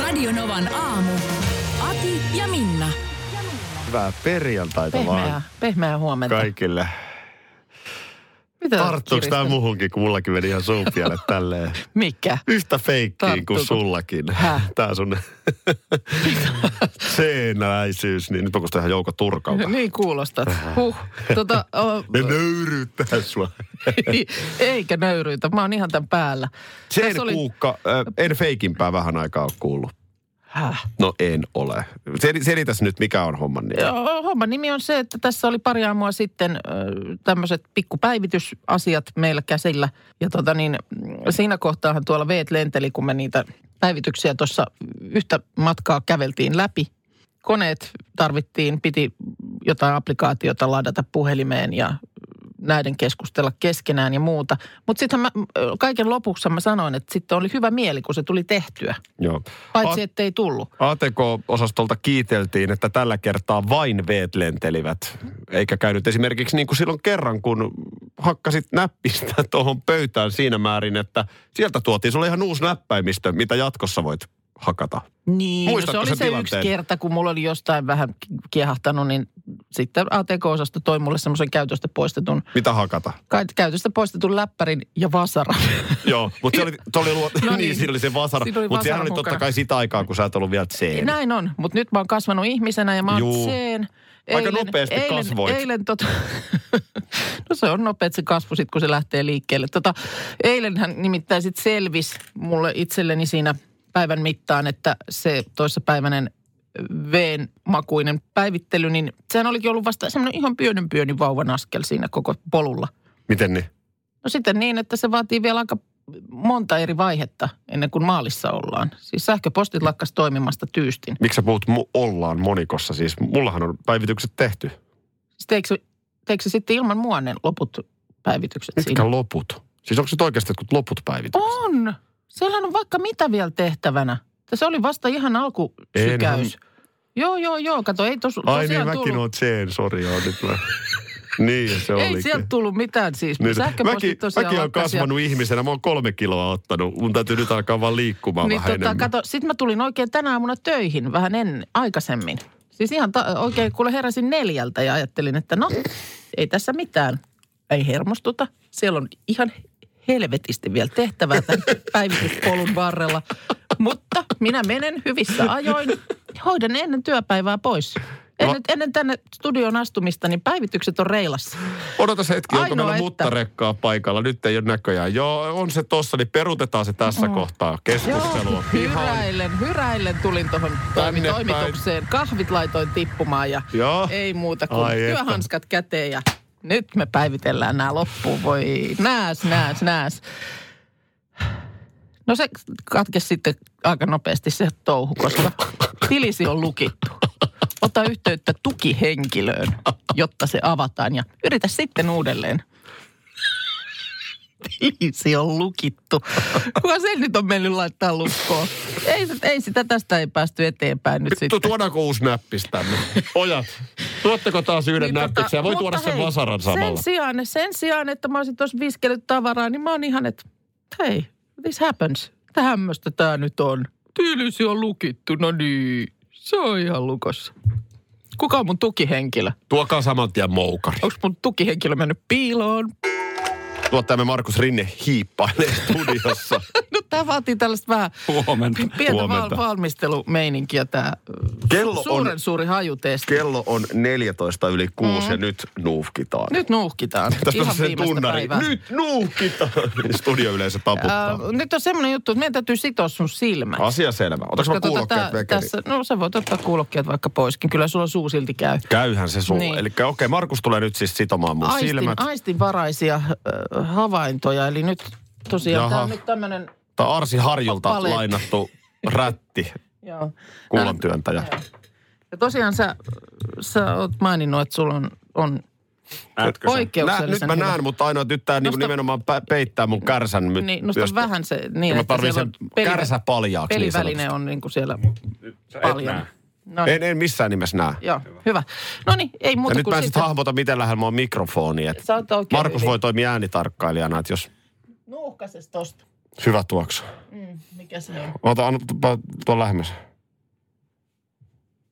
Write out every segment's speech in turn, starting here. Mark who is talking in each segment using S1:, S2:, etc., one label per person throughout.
S1: Radionovan aamu. Ati ja Minna.
S2: Hyvää perjantaita
S3: Pehmeää,
S2: vaan
S3: pehmeää huomenta.
S2: kaikille.
S3: Mitä
S2: Tarttuuko tämä
S3: kiristät?
S2: muuhunkin, kun mullakin meni ihan suun pielet tälleen.
S3: Mikä?
S2: Yhtä feikkiin
S3: Tarttuuko?
S2: kuin sullakin.
S3: Häh?
S2: Tää sun seenäisyys, niin nyt onko ihan Jouko Turkalta?
S3: niin kuulostat. Huh. Tota, o,
S2: Ne nöyryyttää sua.
S3: eikä nöyryytä. Mä oon ihan tämän päällä.
S2: Sen
S3: Tässä oli-
S2: kuukka, ö, en feikinpää vähän aikaa ole kuullut.
S3: Häh?
S2: No en ole. Sel- Selitäs nyt, mikä on homman nimi.
S3: Joo, homman nimi on se, että tässä oli pari aamua sitten tämmöiset pikkupäivitysasiat meillä käsillä. Ja tota niin, mm, siinä kohtaahan tuolla veet lenteli, kun me niitä päivityksiä tuossa yhtä matkaa käveltiin läpi. Koneet tarvittiin, piti jotain applikaatiota ladata puhelimeen ja näiden keskustella keskenään ja muuta. Mutta sitten kaiken lopuksi mä sanoin, että sitten oli hyvä mieli, kun se tuli tehtyä.
S2: Joo.
S3: Paitsi, ettei tullut.
S2: ATK-osastolta kiiteltiin, että tällä kertaa vain veet lentelivät. Eikä käynyt esimerkiksi niin kuin silloin kerran, kun hakkasit näppistä tuohon pöytään siinä määrin, että sieltä tuotiin sulle ihan uusi näppäimistö, mitä jatkossa voit hakata.
S3: Niin, no se
S2: Muistatko
S3: oli se
S2: sen
S3: yksi
S2: tilanteen?
S3: kerta, kun mulla oli jostain vähän kiehahtanut, niin sitten ATK-osasto toi mulle semmoisen käytöstä poistetun,
S2: Mitä hakata?
S3: kai- käytöstä poistetun läppärin ja vasaran.
S2: Joo, mutta se oli, se oli luo,
S3: No
S2: no
S3: niin.
S2: niin, siinä oli se vasara.
S3: Siinä oli
S2: Mutta sehän
S3: vasara
S2: oli
S3: mukana.
S2: totta kai sitä aikaa, kun sä et ollut vielä sen.
S3: Näin on, mutta nyt mä oon kasvanut ihmisenä ja mä oon
S2: Juu.
S3: sen.
S2: Aika nopeasti kasvoit.
S3: Eilen tota, no se on nopeasti se kasvu sit, kun se lähtee liikkeelle. Tota, eilenhän nimittäin sit selvisi mulle itselleni siinä päivän mittaan, että se toissapäiväinen veen makuinen päivittely, niin sehän olikin ollut vasta semmoinen ihan pienen pieni vauvan askel siinä koko polulla.
S2: Miten niin?
S3: No sitten niin, että se vaatii vielä aika monta eri vaihetta ennen kuin maalissa ollaan. Siis sähköpostit lakkas toimimasta tyystin.
S2: Miksi sä puhut mu- ollaan monikossa? Siis mullahan on päivitykset tehty.
S3: Siis teikö, se- teikö se sitten ilman mua ne loput päivitykset
S2: Mitkä
S3: siinä?
S2: loput? Siis onko se oikeasti jotkut loput päivitykset?
S3: On! Siellä on vaikka mitä vielä tehtävänä. Se oli vasta ihan alkusykäys. Joo, joo, joo. Kato, ei tos,
S2: Ai niin,
S3: tosiaan
S2: mäkin
S3: tullut,
S2: oon Jane, sori, joo, nyt mä... niin, se
S3: Ei
S2: olikin.
S3: sieltä tullut mitään siis.
S2: Niin,
S3: Sähköpostit
S2: mäkin,
S3: tosiaan
S2: mäkin on
S3: lakkas ja-
S2: kasvanut ihmisenä, mä oon kolme kiloa ottanut. Mun täytyy nyt alkaa vaan liikkumaan
S3: Niin
S2: vähän
S3: tota,
S2: enemmän.
S3: kato, sit mä tulin oikein tänä aamuna töihin vähän en, aikaisemmin. Siis ihan ta- oikein, kuule heräsin neljältä ja ajattelin, että no, ei tässä mitään. Ei hermostuta. Siellä on ihan helvetisti vielä tehtävää tämän päivityspolun varrella. Mutta minä menen hyvissä ajoin. Hoidan ennen työpäivää
S2: No.
S3: pois. Ennen, ennen tänne studion astumista, niin päivitykset on reilassa.
S2: Odotas hetki, onko
S3: Ainoa,
S2: meillä
S3: että-
S2: muttarekkaa paikalla? Nyt ei ole näköjään. Joo, on se tossa, niin peruutetaan se tässä
S3: Mm.
S2: kohtaa. Keskustelua pihaan.
S3: hyräilen, hyräilen tulin tuohon
S2: Tänne päin.
S3: toimitukseen. Kahvit laitoin tippumaan ja
S2: Joo.
S3: ei muuta kuin
S2: Ai että.
S3: työhanskat käteen ja nyt me päivitellään nämä loppuun. Voi nääs, nääs, nääs. No se katkesi sitten aika nopeasti se touhu, koska tilisi on lukittu. Ota yhteyttä tukihenkilöön, jotta se avataan ja yritä sitten uudelleen. Tilisi on lukittu. Kuka se nyt on mennyt laittaa lukkoon? Ei, se- ei sitä tästä ei päästy eteenpäin nyt
S2: Tu-
S3: sitten.
S2: Tuodaanko uusi näppis tänne? Ojat, tuotteko taas yhden
S3: Niin
S2: näppiksen? ja voi
S3: mutta
S2: tuoda sen
S3: hei,
S2: vasaran samalla.
S3: Sen sijaan, sen sijaan, että mä olisin tuossa viskellyt tavaraa, niin mä oon ihan, että hei, this happens. Tämmöistä tää nyt on. Tyylisi on lukittu, no niin. Se on ihan lukossa. Kuka on mun tukihenkilö?
S2: Tuokaa saman tien moukari.
S3: Onko mun tukihenkilö mennyt piiloon?
S2: Tuottajamme Markus Rinne hiippailee studiossa.
S3: No tää vaatii tällaista vähän
S4: Huomenta.
S3: pientä
S2: Huomenta.
S3: val- valmistelumeininkiä tää
S2: Kello on-
S3: suuren suuri hajutesti.
S2: Kello on 14 yli 6 mm. ja nyt nuuhkitaan.
S3: Nyt nuuhkitaan.
S2: Tästä on
S3: ihan
S2: se
S3: viimeistä
S2: tunnari.
S3: päivää.
S2: Nyt nuuhkitaan. Studioyleisö taputtaa.
S3: Äh, nyt on semmoinen juttu, että meidän täytyy sitoa sun silmät.
S2: Asia selvä. Otatko mä
S3: Kato,
S2: kuulokkeet
S3: tätä-
S2: vekeri?
S3: tuota, tässä, No sä voit ottaa kuulokkeet vaikka poiskin. Kyllä sulla suu silti käy.
S2: Käyhän se sulle.
S3: Niin.
S2: Niin. Eli okei, okay, Markus tulee nyt siis sitomaan mun
S3: Aistin,
S2: silmät.
S3: aistinvaraisia äh, havaintoja. Eli nyt tosiaan
S2: Jaha.
S3: tämä on nyt tämmöinen...
S2: Tämä Arsi Harjulta
S3: Kappaleet.
S2: lainattu rätti,
S3: Joo.
S2: kuulon työntäjä.
S3: Joo. Ja tosiaan sä, sä oot maininnut, että sulla on, on
S2: Näetkö sen?
S3: Poikkeuksellisen
S2: Nä- Nyt mä
S3: hyvä.
S2: näen, mutta aina nyt tää niinku
S3: Nosta-
S2: nimenomaan pä- peittää mun kärsän. Nyt
S3: niin, nosta
S2: josta-
S3: vähän se
S2: Ja
S3: niin,
S2: mä
S3: että
S2: tarvin
S3: siellä on
S2: sen kärsä paljaaksi niin
S3: peliväline
S2: sanotusti.
S3: on niin kuin siellä
S2: Sä et
S3: paljon.
S2: näe.
S3: No niin,
S2: En, en missään nimessä näe.
S3: joo, hyvä. No niin, ei
S2: Ja
S3: muuta
S2: nyt mä
S3: kuin
S2: en sit
S3: sitten.
S2: hahmota, miten lähellä mä oon mikrofoni. Et
S3: Sä oot oikein
S2: Markus
S3: hyvin.
S2: voi toimia äänitarkkailijana, että jos
S3: Nuuhkases tosta.
S2: hyvä tuoksu.
S3: Mm, mikä se on?
S2: Ota, anna tuon tuo lähemmäs.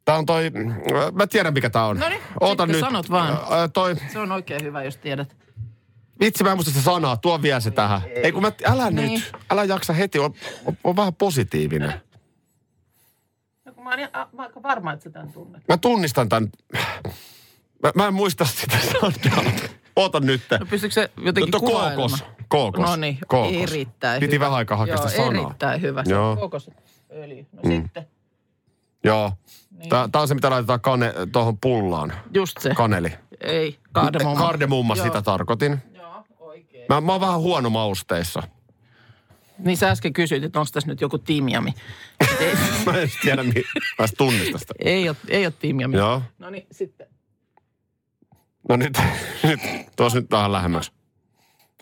S2: Tää on toi, mä tiedän mikä tää on.
S3: No niin,
S2: Oota
S3: sitten
S2: nyt.
S3: sanot vaan.
S2: Ää, toi,
S3: Se on oikein hyvä, jos tiedät.
S2: vitsi mä en muista sitä sanaa, tuo vie se tähän. Ei kun mä, älä
S3: Niin.
S2: nyt, älä jaksa heti, on, on, on vähän positiivinen.
S3: No kun mä oon ihan- a- mä aika varma, että sä tämän tunnet.
S2: Mä tunnistan tän, mä, mä en muista sitä sanaa. Oota nyt.
S3: No pystyykö se jotenkin
S2: No, tuo
S3: kuvailemaan?
S2: kookos, kookos,
S3: No niin,
S2: kookos.
S3: erittäin
S2: Piti
S3: hyvä.
S2: vähän aikaa hakea
S3: Joo,
S2: sitä sanaa.
S3: erittäin hyvä. Se
S2: Joo. Mm.
S3: on kookosöljy. No sitten,
S2: Joo.
S3: Niin.
S2: Tää, tää on se, mitä laitetaan kane, tuohon pullaan.
S3: just se.
S2: Kaneli.
S3: Ei, kardemomma.
S2: Kardemumma,
S3: Joo.
S2: sitä tarkoitin.
S3: Joo, oikein.
S2: Mä, mä oon vähän huono mausteissa.
S3: Niin sä äsken kysyit, että onko tässä nyt joku tiimiami. ei,
S2: Mä en edes tiedä, mi- mä edes tunnista sitä.
S3: ei, ole, ei ole tiimiami.
S2: Joo.
S3: No niin, sitten.
S2: No nyt, nyt tuos nyt vähän lähemmäksi.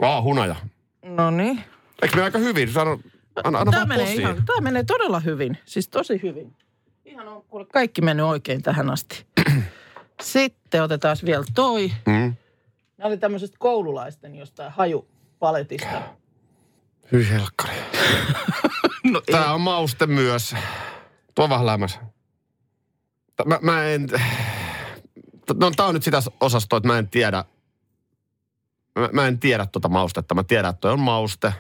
S2: Aa, hunaja.
S3: No niin.
S2: Eikö me aika hyvin? Sano, anna, anna
S3: Tämä
S2: No vaan
S3: menee,
S2: posiin.
S3: ihan, tämä menee todella hyvin, siis tosi hyvin. Ihan on kuule kaikki mennyt oikein tähän asti. Sitten otetaan vielä toi.
S2: Mm.
S3: Nämä oli tämmöisestä koululaisten jostain
S2: No
S3: hajupaletista.
S2: Hyi helkkari.
S3: No ei.
S2: Tää on mauste myös. Tuo vähän lähemmäs. Tä- Mä, mä en... No tää on nyt sitä osastoa, että mä en tiedä... Mä, mä en tiedä tuota maustetta. Mä tiedän, että toi on mauste.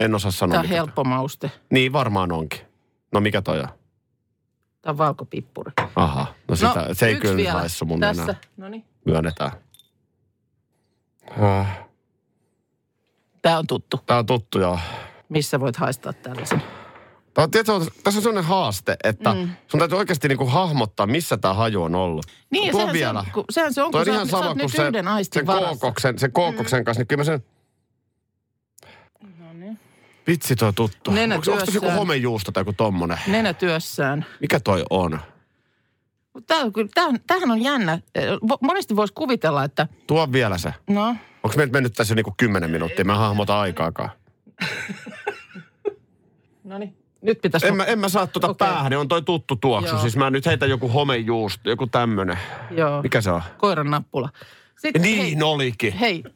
S2: En osaa sanoa.
S3: Tämä on
S2: mikä-
S3: helppo mauste.
S2: Niin, varmaan onkin. No mikä toi on?
S3: Tämä on valkopippuri.
S2: Aha. No sitä, no, se ei
S3: yksi
S2: kyllä
S3: vielä
S2: haissu mun
S3: Tässä,
S2: enää.
S3: no niin.
S2: Myönnetään. Äh,
S3: Tämä on tuttu.
S2: Tää on tuttu joo.
S3: Missä voit haistaa tällaisen?
S2: Tää on, tiedätkö, tässä on sellainen haaste, että mm. sun täytyy oikeasti niinku hahmottaa, missä tämä haju on ollut.
S3: Niin, ja
S2: Tuo
S3: sehän,
S2: vielä.
S3: Se on, kun, sehän se on,
S2: Toi on
S3: kun sä,
S2: ihan
S3: oot- sä
S2: sama
S3: oot
S2: kuin
S3: nyt
S2: se,
S3: yhden
S2: sen
S3: aistin varassa.
S2: kookoksen, sen kookoksen kanssa, niin kyllä mä sen...
S3: No niin.
S2: Vitsi toi tuttu.
S3: Nenä
S2: Onko se joku
S3: työssään.
S2: homejuusto tai joku tommonen?
S3: Nenä työssään.
S2: Mikä toi on?
S3: Mut Tää, on kyllä- tää, on- tämähän on jännä. Eh, vo- Monesti voisi kuvitella, että
S2: Tuo vielä se.
S3: no,
S2: Onko meiltä mennyt tässä jo niinku kymmenen minuuttia? Mä en hahmota aikaakaan.
S3: no niin, nyt pitäisi...
S2: En mä, en mä saa tuota okay.
S3: Okei.
S2: päähän, on toi tuttu tuoksu. Joo.
S3: Joo.
S2: Siis mä nyt heitän joku homejuusto, joku tämmönen.
S3: Joo,
S2: Mikä se on?
S3: koiran nappula. Sitten,
S2: Niin
S3: hei,
S2: olikin.
S3: hei, tä-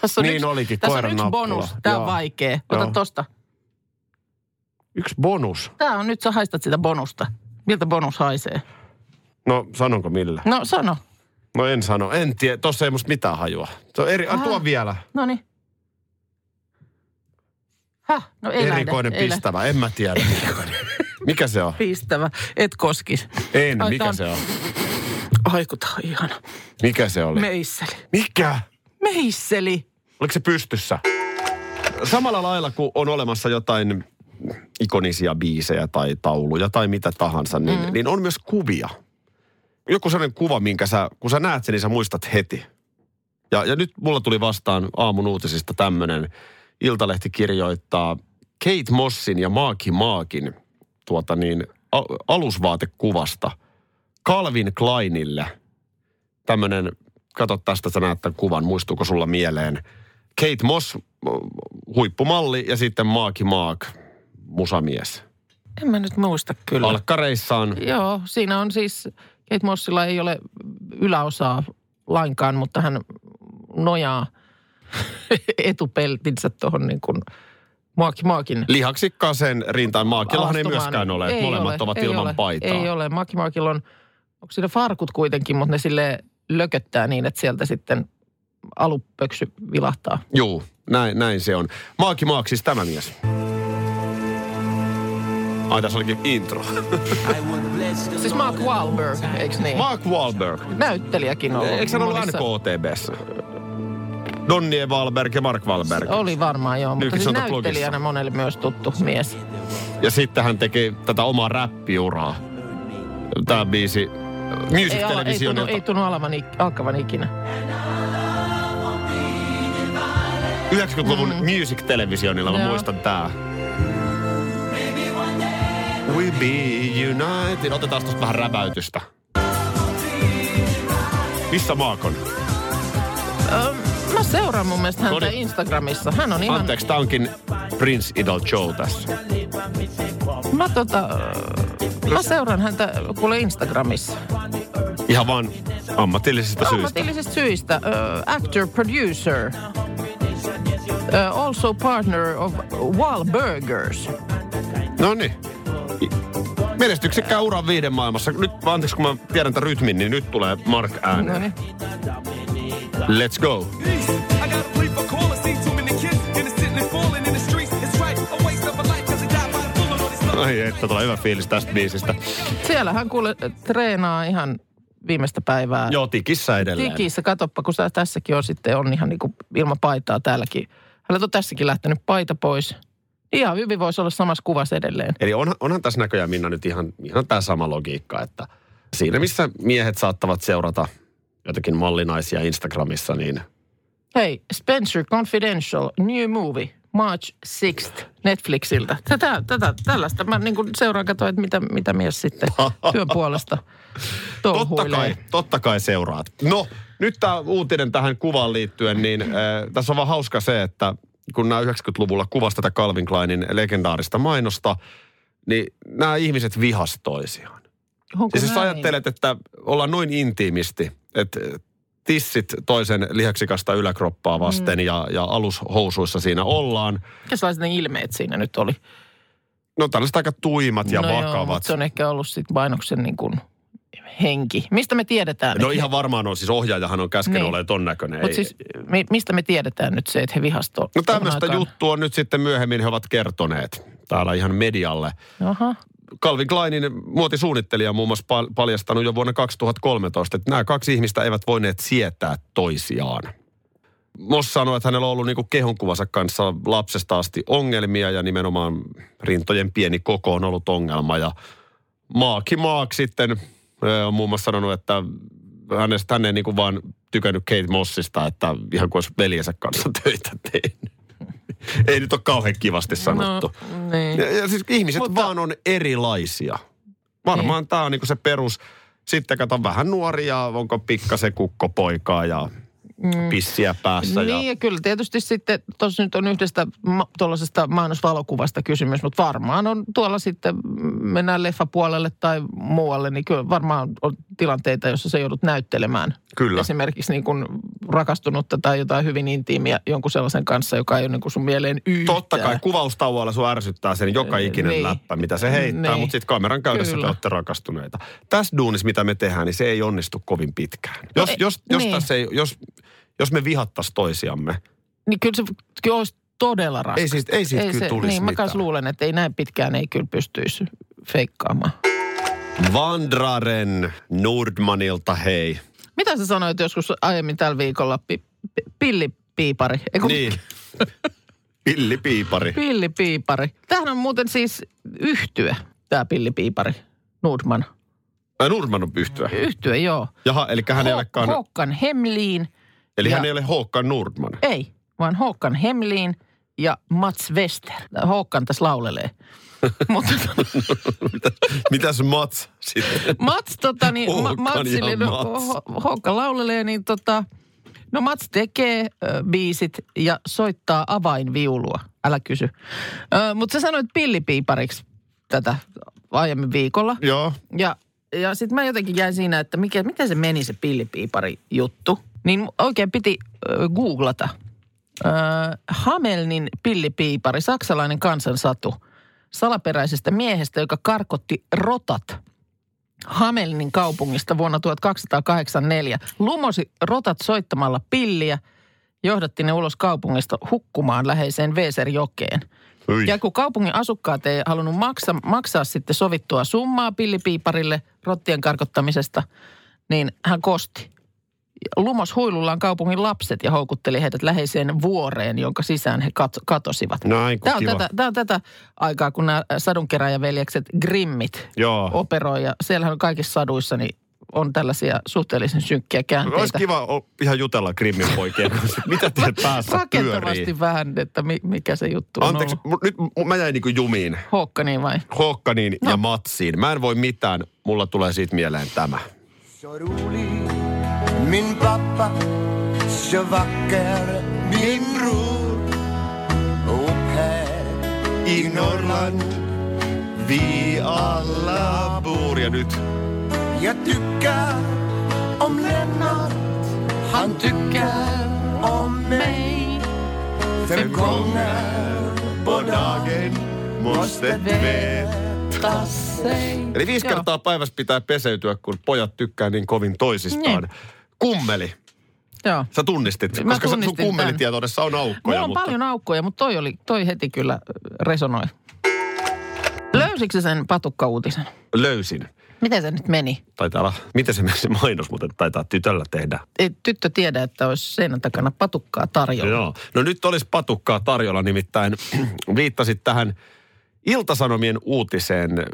S3: tässä on
S2: Niin
S3: yksi,
S2: olikin,
S3: tässä
S2: koiran
S3: on yksi
S2: nappula.
S3: bonus. Tämä on
S2: Joo.
S3: vaikea. Ota
S2: Joo.
S3: tosta.
S2: Yksi bonus.
S3: Tämä on nyt, sä haistat sitä bonusta. Miltä bonus haisee?
S2: No sanonko millä?
S3: No sano.
S2: No en sano, en tiedä. Tossa ei musta mitään hajua. Se on eri, ah. tuo
S3: Ah.
S2: vielä.
S3: No niin. Häh, no ei lähde,
S2: Erikoinen
S3: ei lähde.
S2: pistävä, en mä tiedä. Mikä se on?
S3: Pistävä. Et koskis.
S2: En,
S3: Ai, tää
S2: mikä
S3: on-
S2: se on?
S3: Aikuta on ihana.
S2: Mikä se oli?
S3: Meisseli.
S2: Mikä?
S3: Meisseli.
S2: Oliko se pystyssä? Samalla lailla kun on olemassa jotain ikonisia biisejä tai tauluja tai mitä tahansa, niin, mm. niin on myös kuvia. Joku sellainen kuva, minkä sä, kun sä näet sen, niin sä muistat heti. Ja, ja nyt mulla tuli vastaan aamun uutisista tämmöinen. Iltalehti kirjoittaa Kate Mossin ja Maaki Maakin tuota niin, al- alusvaatekuvasta Calvin Kleinille – tämmöinen, kato tästä sä näet tämän kuvan, muistuuko sulla mieleen. Kate Moss, huippumalli ja sitten Maaki Maak, musamies.
S3: En mä nyt muista kyllä.
S2: Alkkareissaan,
S3: Joo, siinä on siis, Kate Mossilla ei ole yläosaa lainkaan, mutta hän nojaa etupeltinsä tuohon niin kuin Maaki Maakin
S2: lihaksikkaaseen rintaan. Maakillahan ei
S3: alastomaan.
S2: myöskään ole, että
S3: Ei
S2: molemmat ovat
S3: ei
S2: ilman
S3: ole,
S2: paitaa.
S3: Ei ole, Maaki Maakilla on, onko siinä farkut kuitenkin, mutta ne sille lököttää niin, että sieltä sitten alupöksy vilahtaa.
S2: Juu, näin, näin se on. Maaki Maak siis tämä mies. Ai tässä olikin intro.
S3: Siis Mark Wahlberg, eikö niin?
S2: Mark Wahlberg.
S3: Näyttelijäkin ollut.
S2: Eikö hän ollut
S3: monissa-
S2: NKTBssä? Donnie Wahlberg ja Mark Wahlberg.
S3: Oli varmaan joo, mutta
S2: Nykyisessä
S3: siis
S2: on blogissa.
S3: näyttelijänä monelle myös tuttu mies.
S2: Ja sitten hän teki tätä omaa räppiuraa. Tämä biisi äh,
S3: Ei, ala, ei, tunnu,
S2: Music-televisionilta.
S3: ei tunnu alavan, ik- alkavan ikinä.
S2: 90-luvun Music-televisionilla, mä
S3: Mm. Joo.
S2: muistan tää. we be united. Otetaan tuosta vähän räväytystä. Missä Maakon?
S3: Ö, Mä seuraan mun mielestä häntä
S2: Noniin.
S3: Instagramissa. Hän on ihan...
S2: Anteeksi, tää onkin Prince Idol Joe tässä.
S3: Mä, tota, ö, mä seuraan häntä kuule Instagramissa.
S2: Ihan vaan ammatillisista syistä.
S3: Ammatillisista syistä. Ö, actor, producer. Ö, also partner of Wahlburgers.
S2: No niin. Menestyksekkään uran viiden maailmassa. Nyt, anteeksi kun mä tiedän tämän rytmin, niin nyt tulee Mark
S3: No
S2: ääneen.
S3: niin.
S2: Let's go.
S4: I gotta plea for callers, see too many kids innocently falling in the streets. It's right, a waste of a life, cause they die by the bullet on these
S2: Ai että, tulee hyvä fiilis tästä biisistä.
S3: Siellä hän kuule treenaa ihan viimeistä päivää.
S2: Joo, tikissä edelleen.
S3: Tikissä, katoppa, kun sä tässäkin on sitten, on ihan niinku ilman paitaa täälläkin. Hän on tässäkin lähtenyt paita pois. Ihan hyvin voisi olla samassa kuvassa edelleen.
S2: Eli onhan, onhan tässä näköjään Minna nyt ihan, ihan tämä sama logiikka, että siinä missä miehet saattavat seurata jotakin mallinaisia Instagramissa, niin
S3: Hei, Spencer Confidential, new movie, March 6th, Netflixiltä. Tätä, tätä, tällaista. Mä niin seuraan katsoin, että mitä, mitä mies sitten työn puolesta
S2: totta
S3: touhuilee.
S2: kai, totta kai seuraat. No, nyt tämä uutinen tähän kuvaan liittyen, niin äh, tässä on vaan hauska se, että kun nämä 90-luvulla kuvasi tätä Calvin Kleinin legendaarista mainosta, niin nämä ihmiset vihas toisiaan.
S3: Onko
S2: Siis jos
S3: näin?
S2: ajattelet, että ollaan noin intiimisti, että tissit toisen lihaksikasta yläkroppaa vasten mm. ja, ja alushousuissa siinä ollaan.
S3: Mikä sellaiset ne ilmeet siinä nyt oli?
S2: No tällaiset aika tuimat ja
S3: no
S2: no
S3: Joo,
S2: vakavat.
S3: mutta se on ehkä ollut sitten mainoksen niin kuin henki. Mistä me tiedetään?
S2: No
S3: että-
S2: ihan varmaan on, siis ohjaajahan on käskenyt
S3: Niin.
S2: niin. olemaan ton näköinen.
S3: Mutta
S2: ei-
S3: siis mi- mistä me tiedetään nyt se, että he vihasto?
S2: no tämmöistä
S3: aikaan?
S2: juttua nyt sitten myöhemmin he ovat kertoneet täällä ihan medialle.
S3: Aha.
S2: Calvin Kleinin muotisuunnittelija on muun muassa pal- paljastanut jo vuonna 2013, että nämä kaksi ihmistä eivät voineet sietää toisiaan. Moss sanoi, että hänellä on ollut niinku kehonkuvansa kanssa lapsesta asti ongelmia ja nimenomaan rintojen pieni koko on ollut ongelma. Ja Maaki Maak sitten ö, on muun muassa sanonut, että hänestä hän ei niinku vaan tykännyt Kate Mossista, että ihan kuin olisi veljensä kanssa töitä tehnyt. ei nyt ole kauhean kivasti sanottu.
S3: No, niin.
S2: Ja, ja siis ihmiset Mutta... vaan on erilaisia. Varmaan
S3: Mm.
S2: niin. tämä on niinku se perus. Sitten kato vähän nuoria, onko pikkasen kukkopoikaa ja mm. pissiä päässä.
S3: Niin
S2: Ja...
S3: ja kyllä tietysti sitten, tuossa nyt on yhdestä ma- tuollaisesta mainosvalokuvasta kysymys, mutta varmaan on tuolla sitten, mm, mennään leffapuolelle tai muualle, niin kyllä varmaan on tilanteita, jossa sä joudut näyttelemään.
S2: Kyllä.
S3: Esimerkiksi niin kuin rakastunutta tai jotain hyvin intiimiä jonkun sellaisen kanssa, joka ei ole niin kuin sun mieleen yhtään.
S2: Totta kai kuvaustauolla sun ärsyttää sen joka
S3: Ö,
S2: ikinen
S3: niin.
S2: niin. läppä, mitä se heittää,
S3: Niin.
S2: niin. mutta sitten kameran käydessä
S3: Kyllä.
S2: te olette rakastuneita. Tässä duunissa, mitä me tehdään, niin se ei onnistu kovin pitkään. Jos,
S3: ei-
S2: jos, jos,
S3: niin.
S2: tässä ei, jos, jos me vihattaisiin toisiamme,
S3: Niin kyllä se kyllä olisi todella raskasta.
S2: ei siitä, ei siitä ei kyllä
S3: se-
S2: tulisi
S3: Niin, mä
S2: mitään.
S3: kanssa luulen, että ei näin pitkään ei kyllä pystyisi feikkaamaan.
S2: Vandraren Nordmanilta hei.
S3: Mitä sä sanoit joskus aiemmin tällä viikolla? Pi, pi, pillipiipari. Eiku,
S2: Niin. Pillipiipari.
S3: Pillipiipari. Tämähän on muuten siis yhtyä, tämä pillipiipari. Nordman.
S2: Ai Nurman on yhtyä.
S3: Yhtyä, joo.
S2: Jaha, eli hän ei olekaan,
S3: Håkan Hemliin.
S2: eli
S3: ja-
S2: hän ei ole Håkan Nurman.
S3: Ei, vaan Håkan Hemliin ja Mats Wester. Håkan tässä laulelee. Mutta
S2: Mitäs Mats sitten?
S3: Mats, tota, niin, Ma-
S2: Håkan ja
S3: Matsille, no,
S2: Mats.
S3: Ho- Håkan laulelee, niin tota, no Mats tekee ö, biisit ja soittaa avainviulua. Älä kysy. Mutta sä sanoit pillipiipariksi tätä aiemmin viikolla.
S2: Joo.
S3: Ja, ja sitten mä jotenkin jäin siinä, että mikä, miten se meni se pillipiipari juttu. Niin oikein piti ö, googlata. Ö, Hamelnin pillipiipari, saksalainen kansansatu. Salaperäisestä miehestä, joka karkotti rotat Hamelnin kaupungista vuonna 1284. Lumosi rotat soittamalla pilliä, johdatti ne ulos kaupungista hukkumaan läheiseen Veserjokeen.
S2: Hyi.
S3: Ja kun kaupungin asukkaat ei halunnut maksa, maksaa sitten sovittua summaa pillipiiparille rottien karkottamisesta, niin hän kosti. Lumos huilullaan kaupungin lapset ja houkutteli heidät läheiseen vuoreen, jonka sisään he kat- katosivat.
S2: Näin, kun
S3: Tämä on,
S2: No, kiva.
S3: tätä, tämä on tätä aikaa, kun nämä sadunkeräjäveljekset Grimmit
S2: Joo.
S3: operoi. Ja siellähän on kaikissa saduissa niin on tällaisia suhteellisen synkkiä käänteitä.
S2: Olisi kiva o- ihan jutella Krimin poikien kanssa. että Mitä teillä päässä
S3: Rakentavasti
S2: pyörii?
S3: vähän, että mi, mikä se juttu on
S2: Anteeksi,
S3: ollut.
S2: mu- nyt mu- mä jäin niinku jumiin.
S3: Hookka niin vai?
S2: Hookkaniin ja Matsiin. Mä en voi mitään. Mulla tulee siitä mieleen tämä.
S5: Soruli, min pappa, så vacker min bror. Och här
S2: I Norrland vi alla bor. Ja nyt
S5: jag tycker om Lennart, han tycker om mig. Fem gånger på dagen måste vetas
S2: Eli viisi
S3: Joo.
S2: kertaa päivässä pitää peseytyä, kun pojat tykkää niin kovin toisistaan.
S3: Niin.
S2: Kummeli.
S3: Joo.
S2: Sä tunnistit,
S3: Mä
S2: koska sä- sun
S3: tunnistin
S2: kummelitietoudessa on aukkoja.
S3: Mulla on
S2: mutta...
S3: paljon aukkoja, mutta toi, oli, toi heti kyllä ö, resonoi. Löysitkö sä sen patukkauutisen?
S2: Löysin.
S3: Miten se nyt meni?
S2: Taitaa olla, miten se, se mainos muuten taitaa tytöllä tehdä?
S3: Ei E, tyttö tiedä, että olisi seinän takana patukkaa tarjolla.
S2: Joo. No nyt olisi patukkaa tarjolla, nimittäin viittasit tähän Iltasanomien uutiseen eh,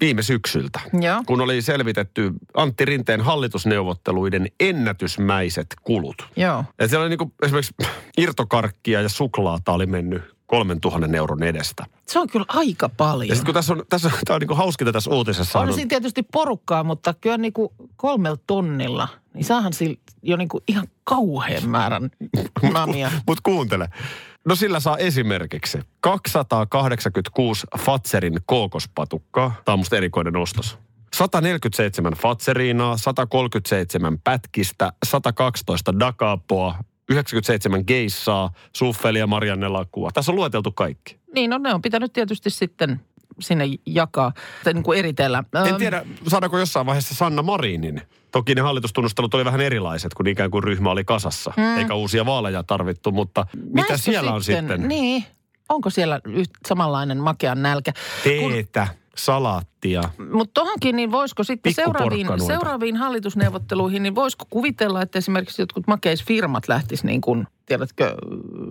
S2: viime syksyltä,
S3: Joo.
S2: kun oli selvitetty Antti Rinteen hallitusneuvotteluiden ennätysmäiset kulut.
S3: Joo.
S2: Ja siellä oli niin esimerkiksi irtokarkkia ja suklaata oli mennyt 3000 euron edestä.
S3: Se on kyllä aika paljon.
S2: Ja sitten kun tässä on, tässä on, tämä on niin hauskinta tässä uutisessa.
S3: On siinä tietysti porukkaa, mutta kyllä niin kuin kolmella tonnilla, niin saahan sillä jo niin kuin ihan kauhean määrän namia.
S2: Mutta kuuntele. No sillä saa esimerkiksi 286 Fatserin kookospatukkaa. Tämä on musta erikoinen ostos. 147 Fatseriinaa, 137 pätkistä, 112 Dakapoa, 97 geissaa, suffelia, marjannelakua. Tässä on lueteltu kaikki.
S3: Niin, no ne on pitänyt tietysti sitten sinne jakaa, tai niin kuin eritellä.
S2: En
S3: Öm,
S2: tiedä, saadaanko jossain vaiheessa Sanna Marinin. Toki ne hallitustunnustelut oli vähän erilaiset, kun ikään kuin ryhmä oli kasassa. Eikä uusia vaaleja tarvittu, mutta mitä
S3: näissä
S2: siellä on sitten?
S3: Niin, onko siellä yht, samanlainen makean nälkä?
S2: teetä, salaattia.
S3: Mutta tohonkin, niin voisiko sitten seuraaviin,
S2: Pikkuporkkanoita.
S3: seuraaviin hallitusneuvotteluihin, niin voisiko kuvitella, että esimerkiksi jotkut makeisfirmat lähtis niin kuin, tiedätkö,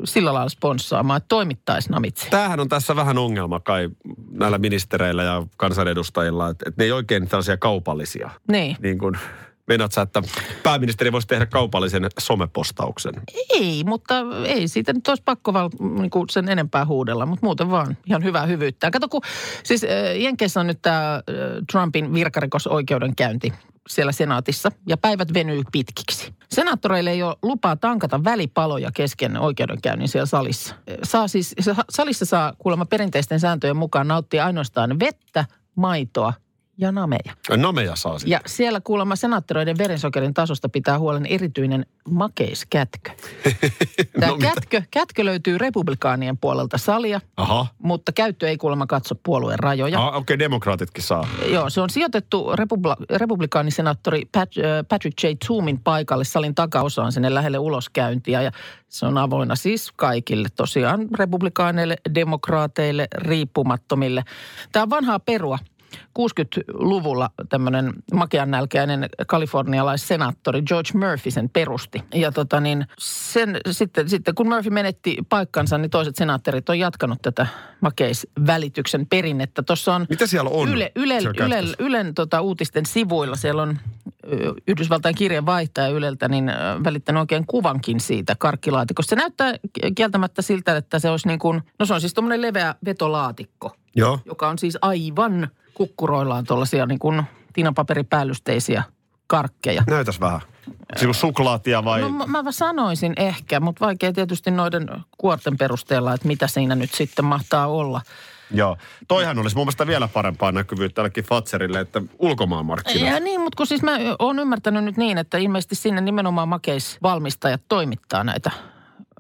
S3: sillä lailla sponssaamaan, että toimittaisi namitsi.
S2: Tämähän on tässä vähän ongelma kai näillä ministereillä ja kansanedustajilla, että, että ne ei oikein tällaisia kaupallisia.
S3: Niin.
S2: Niin kuin, meinaat sä, että pääministeri voisi tehdä kaupallisen somepostauksen.
S3: Ei, mutta ei siitä nyt olisi pakko val, niin kuin sen enempää huudella, mutta muuten vaan ihan hyvää hyvyyttä. Kato, kun siis äh, Jenkeissä on nyt tämä äh, Trumpin virkarikosoikeudenkäynti siellä senaatissa ja päivät venyy pitkiksi. Senaattoreille ei ole lupaa tankata välipaloja kesken oikeudenkäynnin siellä salissa. Äh, Saa siis, sa- salissa saa kuulemma perinteisten sääntöjen mukaan nauttia ainoastaan vettä, maitoa ja nameja.
S2: Nameja saa siis. sitten.
S3: Ja siellä kuulemma senaattoreiden verensokerin tasosta pitää huolen erityinen makeiskätkö. Tämä
S2: No mitä?
S3: kätkö, kätkö löytyy republikaanien puolelta salia,
S2: Aha.
S3: mutta käyttö ei kuulemma katso puolueen rajoja.
S2: Ah, Okei, okay, demokraatitkin saa.
S3: Joo, se on sijoitettu republi- republikaanisenaattori Pat, ö, Patrick J. Zoomin paikalle salin takaosaan sinne lähelle uloskäyntiä. Ja se on avoinna siis kaikille tosiaan republikaaneille, demokraateille, riippumattomille. Tämä on vanhaa perua. 60-luvulla tämmöinen makeannälkäinen kalifornialaissenaattori George Murphy sen perusti. Ja tota niin, sen, sitten, sitten kun Murphy menetti paikkansa, niin toiset senaattorit on jatkanut tätä makeisvälityksen perinnettä. Tuossa on
S2: Mitä siellä on?
S3: Yle, Yle,
S2: siellä
S3: Yle,
S2: kätkössä?
S3: Ylen tota, uutisten sivuilla siellä on ö, Yhdysvaltain kirjeenvaihtaja Yleltä, niin ö, välittänyt oikein kuvankin siitä karkkilaatikosta. Se näyttää kieltämättä siltä, että se olisi niin kuin, no se on siis tuommoinen leveä vetolaatikko,
S2: Joo.
S3: joka on siis aivan kukkuroillaan tuollaisia niin kuin tinapaperipäällysteisiä karkkeja.
S2: Näytäs vähän. Siis kun suklaatia vai?
S3: No mä, mä vaan sanoisin ehkä, mutta vaikea tietysti noiden kuorten perusteella, että mitä siinä nyt sitten mahtaa olla.
S2: Joo. Toihan olisi mun mielestä vielä parempaa näkyvyyttä tällekin Fatserille, että ulkomaanmarkkinoilla.
S3: Ja niin, mutta kun siis mä oon ymmärtänyt nyt niin, että ilmeisesti sinne nimenomaan makeisvalmistajat toimittaa näitä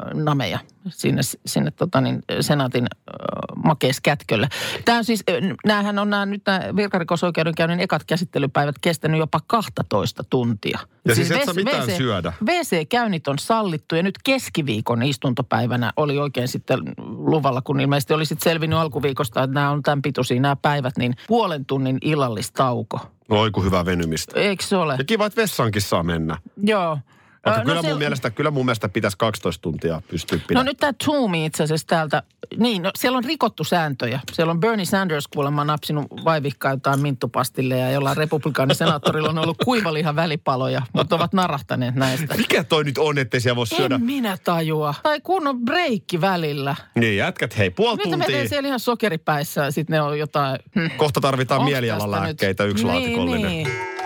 S3: ö, nameja sinne, sinne tota niin, senaatin ö, makeiskätkölle. Tämä on siis, ö, n- näähän on nämä nyt nämä virkarikosoikeudenkäynnin ekat käsittelypäivät kestänyt jopa 12 tuntia.
S2: Ja siis et saa mitään
S3: WC
S2: syödä.
S3: WC-käynnit on sallittu ja nyt keskiviikon istuntopäivänä oli oikein sitten luvalla, kun ilmeisesti oli sitten selvinnyt alkuviikosta, että nämä on tämän pituisia nämä päivät, niin puolen tunnin illallistauko.
S2: No oi kun hyvää venymistä.
S3: Eikö se ole?
S2: Ja kiva, että vessaankin saa mennä.
S3: Joo.
S2: Vaikka
S3: no
S2: kyllä,
S3: se-
S2: mun mielestä, kyllä mun mielestä pitäisi 12 tuntia pystyä
S3: No
S2: pitämään.
S3: nyt tämä Zoomi itse asiassa täältä, niin no, siellä on rikottu sääntöjä. Siellä on Bernie Sanders kuulemma napsinut vaivihkaa jotain minttupastille ja jollain republikaanisenaattorilla on ollut kuivalihan välipaloja, mutta ovat narahtaneet näistä.
S2: Mikä toi nyt on, ettei siellä voi syödä?
S3: En minä tajua. Tai kunnon breikki välillä.
S2: Niin jätkät, hei, puoli
S3: Nyt
S2: tuntia.
S3: menee siellä ihan sokeripäissä ja sitten ne on jotain... hm,
S2: Kohta tarvitaan
S3: onks
S2: mielialalääkkeitä,
S3: tästä nyt-
S2: yksi
S3: niin,
S2: laatikollinen.
S3: Niin.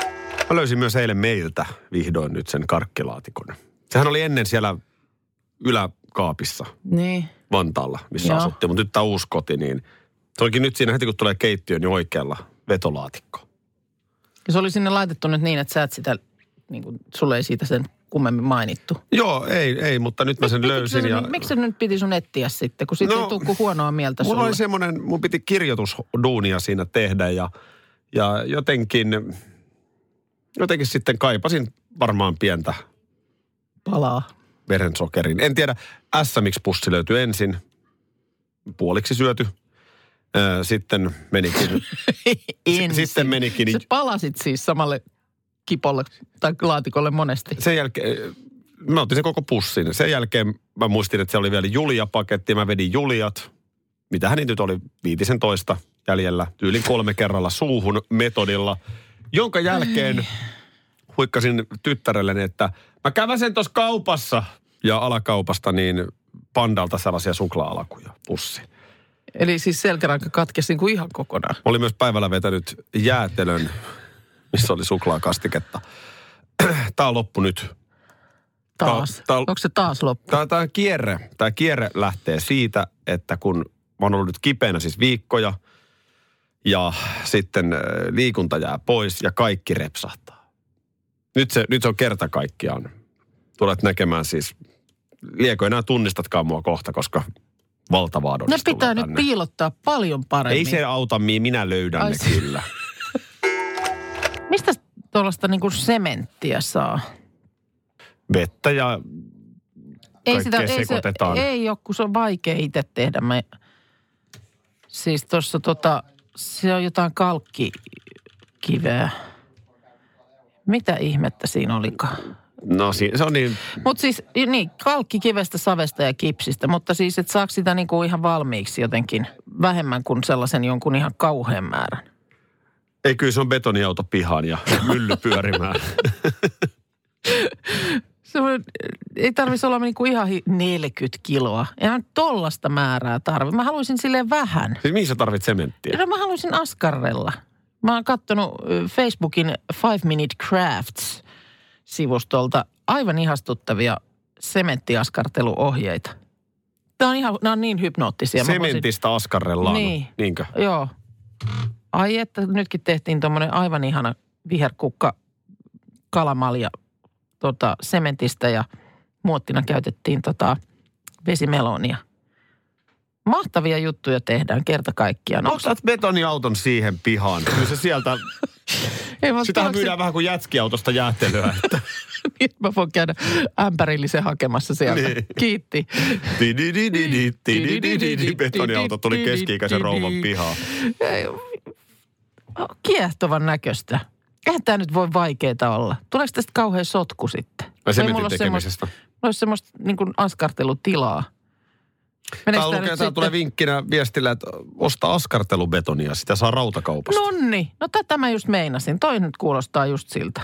S2: Mä löysin myös eilen meiltä vihdoin nyt sen karkkilaatikon. Sehän oli ennen siellä yläkaapissa
S3: niin.
S2: Vantaalla, missä
S3: Joo.
S2: asuttiin. Mutta nyt tämä uusi koti, niin se olikin nyt siinä heti kun tulee keittiö, niin oikealla vetolaatikko.
S3: Ja se oli sinne laitettu nyt niin, että sä et sitä, niin kuin, sulle ei siitä sen kummemmin mainittu.
S2: Joo, ei, ei, mutta nyt mä sen löysin. ja...
S3: Miksi se nyt piti sun etsiä sitten, kun siitä
S2: No,
S3: no, ei tule kuin huonoa mieltä
S2: Mulla
S3: sulle?
S2: oli semmoinen, mun piti kirjoitusduunia siinä tehdä ja, ja jotenkin, jotenkin sitten kaipasin varmaan pientä
S3: Palaa.
S2: verensokerin. En tiedä, SMX-pussi löytyi ensin, puoliksi syöty. Ö, Sitten menikin,
S3: Ensin.
S2: sitten menikin, niin-
S3: Sä palasit siis samalle kipolle tai laatikolle monesti.
S2: sen jälkeen, ö, mä otin sen koko pussin. Sen jälkeen mä muistin, että se oli vielä Julia-paketti, mä vedin Juliat. Mitähän niitä nyt oli, 15 jäljellä, yli kolme kerralla suuhun metodilla, jonka jälkeen huikkasin tyttärelleni, että mä käväsen tuossa kaupassa ja alakaupasta niin pandalta sellaisia suklaalakuja, pussi.
S3: Eli siis selkäranka katkesi niin kuin ihan kokonaan.
S2: Mä olin myös päivällä vetänyt jäätelön, missä oli suklaakastiketta. Tää on loppu nyt.
S3: Taas.
S2: Tää- tää-
S3: Onko se taas loppu?
S2: Tää, tää kierre, tää kierre lähtee siitä, että kun mä oon ollut nyt kipeänä siis viikkoja ja sitten äh, liikunta jää pois ja kaikki repsahtaa. Nyt se, nyt se on kerta kaikkiaan. Tulet näkemään siis, liekö enää tunnistatkaan mua kohta, koska valtavaa
S3: Ne No pitää nyt piilottaa paljon paremmin.
S2: Ei se auta, mi- minä löydän
S3: Ai
S2: ne
S3: se-
S2: kyllä.
S3: Mistä tuollaista niin kuin sementtiä saa?
S2: vettä ja
S3: Ei
S2: Kaikkea sekoitetaan.
S3: Ei, se, ei ole, kun se on vaikea itse tehdä. Mä, siis tuossa tota, se on jotain kalkkikiveä. Mitä ihmettä siinä olikaan?
S2: no si- se on niin,
S3: Mutta siis niin, kalkkikivestä, savesta ja kipsistä, mutta siis et saako sitä niinku ihan valmiiksi jotenkin vähemmän kuin sellaisen jonkun ihan kauhean määrän.
S2: ei kyllä se on betoniauto pihaan ja mylly pyörimään.
S3: Se on, ei tarvitsisi olla niinku ihan hi- 40 kiloa. Eihän tollasta määrää tarvi. Mä haluaisin silleen vähän.
S2: siis mihin sä tarvit sementtiä?
S3: No mä haluaisin askarrella. Mä oon kattonut ö, Facebookin Five Minute Crafts-sivustolta aivan ihastuttavia sementtiaskarteluohjeita. Tämä on ihan, nämä on niin hypnoottisia. Mä voisin-
S2: Sementistä askarrellaan,
S3: Niin.
S2: niinkö?
S3: Joo. Ai että nytkin tehtiin tuommoinen aivan ihana viherkukka kalamalja tota, sementistä ja muottina käytettiin tota, vesimelonia. Mahtavia juttuja tehdään kerta kaikkiaan. No,
S2: Maksat betoniauton siihen pihaan. Kyllä se sieltä,
S3: Ei, vaan
S2: sitähän
S3: tiedätkö-
S2: myydään vähän kuin jätskiautosta jäätelöä. että
S3: Nyt Niin, mä voin käydä ämpärillisen hakemassa sieltä.
S2: Niin.
S3: Kiitti.
S2: tididididi, tididididi, Betoniauto tuli keski-ikäisen rouvan pihaan.
S3: Ei, Kiehtovan näköistä. Eihän tämä nyt voi vaikeeta olla. Tuleeko tästä kauhean sotku sitten?
S2: Mä
S3: Ei
S2: sementin
S3: mulla ole
S2: tekemisestä.
S3: Mulla olisi semmoista niin kuin askartelutilaa. Meneekö
S2: Tää, lukee,
S3: nyt
S2: tää
S3: sitten-
S2: tulee vinkkinä viestillä, että osta askartelubetonia, sitä saa rautakaupasta.
S3: Nonni, no tätä mä just meinasin. Toi nyt kuulostaa just siltä.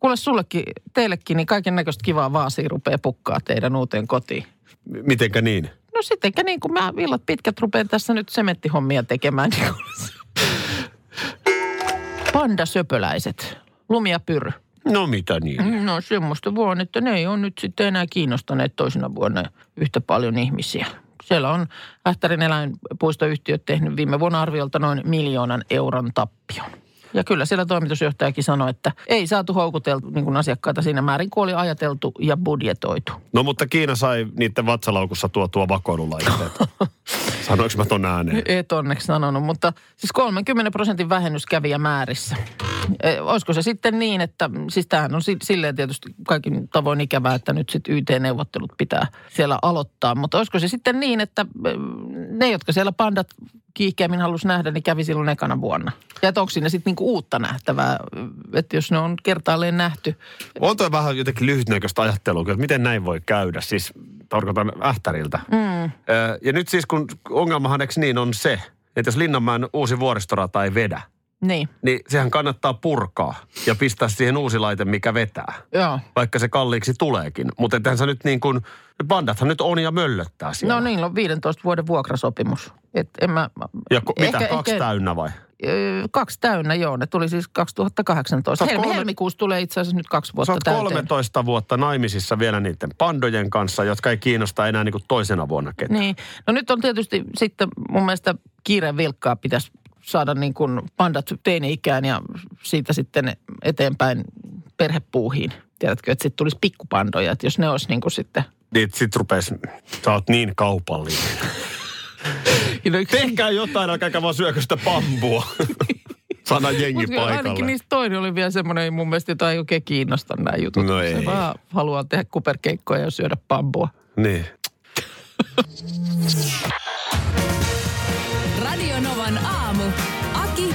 S3: Kuule sullekin, teillekin, niin kaiken näköistä kivaa vaasia rupeaa pukkaa teidän uuteen kotiin.
S2: M- Mitenkä niin?
S3: No sittenkä niin kuin mä villat pitkät rupean tässä nyt sementtihommia tekemään. niin kuin se. Pandasöpöläiset, lumia pyry.
S2: No mitä niin?
S3: No semmoista vaan, että ne ei ole nyt sitten enää kiinnostaneet toisena vuonna yhtä paljon ihmisiä. Siellä on Ähtärin eläinpuistoyhtiö tehnyt viime vuonna arviolta noin miljoonan euron tappion. Ja kyllä siellä toimitusjohtajakin sanoi, että ei saatu houkuteltu niin kuin asiakkaita siinä määrin, kun oli ajateltu ja budjetoitu.
S2: No mutta Kiina sai niiden vatsalaukussa tuotua vakoilulaitteet. Sanoinko mä ton ääneen?
S3: Et onneksi sanonut, mutta siis 30 prosentin vähennys kävijämäärissä. Eh, Olisiko se sitten niin, että siis tämähän on si- silleen tietysti kaikin tavoin ikävää, että nyt sitten YT-neuvottelut pitää siellä aloittaa. Mutta olisiko se sitten niin, että eh, ne, jotka siellä pandat kiihkeämmin halusi nähdä, niin kävi silloin ekana vuonna. Ja että onko siinä sitten niinku uutta nähtävää, että jos ne on kertaalleen nähty.
S2: On toi vähän jotenkin lyhytnäköistä ajattelua, kyllä, että miten näin voi käydä, siis tarkoitan ähtäriltä. Mm. Ja nyt siis kun ongelmahan eikö niin on se, että jos Linnanmäen uusi vuoristorata ei vedä,
S3: Niin,
S2: niin sehän kannattaa purkaa ja pistää siihen uusi laite, mikä vetää.
S3: joo.
S2: Vaikka se kalliiksi tuleekin. Mutta ettehän sä nyt niin kuin, bandathan nyt on ja möllöttää siellä.
S3: No niillä on 15 vuoden vuokrasopimus. Et en mä,
S2: Ja ko- mitä,
S3: ehkä-
S2: kaksi
S3: ehkä-
S2: täynnä vai?
S3: Ö, kaksi täynnä, joo. Ne tuli siis 2018.
S2: Sä oot
S3: Helmi,
S2: kolme-
S3: Helmikuussa tulee itse asiassa nyt kaksi
S2: Sä
S3: vuotta
S2: oot
S3: täyteen.
S2: 13 vuotta naimisissa vielä niiden pandojen kanssa, jotka ei kiinnosta enää niin kuin toisena vuonna ketään.
S3: Niin. No nyt on tietysti sitten mun mielestä kiireen vilkkaa pitäisi saada niin kuin pandat teini-ikään ja siitä sitten eteenpäin perhepuuhiin. Tiedätkö, että sitten tulisi pikkupandoja, että jos ne olisi niin kuin sitten...
S2: Niin. Sitten rupes, sä oot niin kaupallinen.
S3: no
S2: Tehkää jotain, älkääkä vaan syökö sitä bambua. Sana jengi
S3: Mut kyllä ainakin
S2: paikalle.
S3: niistä toinen oli vielä semmoinen mun mielestä, jota ei oikein kiinnosta nämä jutut.
S2: No
S3: Se
S2: ei.
S3: vaan haluaa tehdä kuperkeikkoja ja syödä pambua.
S2: Niin.
S1: Radio Novan aamu. Aki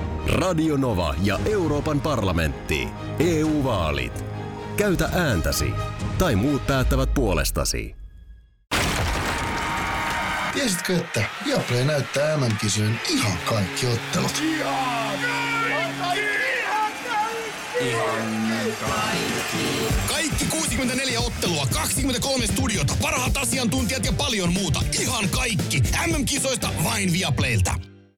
S6: Radio Nova ja Euroopan parlamentti. EU-vaalit. Käytä ääntäsi. Tai muut päättävät puolestasi.
S7: Tiesitkö, että Viaplay näyttää MM-kisojen ihan kaikki ottelut? Ihan kaikki! Ihan kaikki! Kaikki 64 ottelua, 23 studiota, parhaat asiantuntijat ja paljon muuta. Ihan kaikki. MM-kisoista vain Viaplaylta.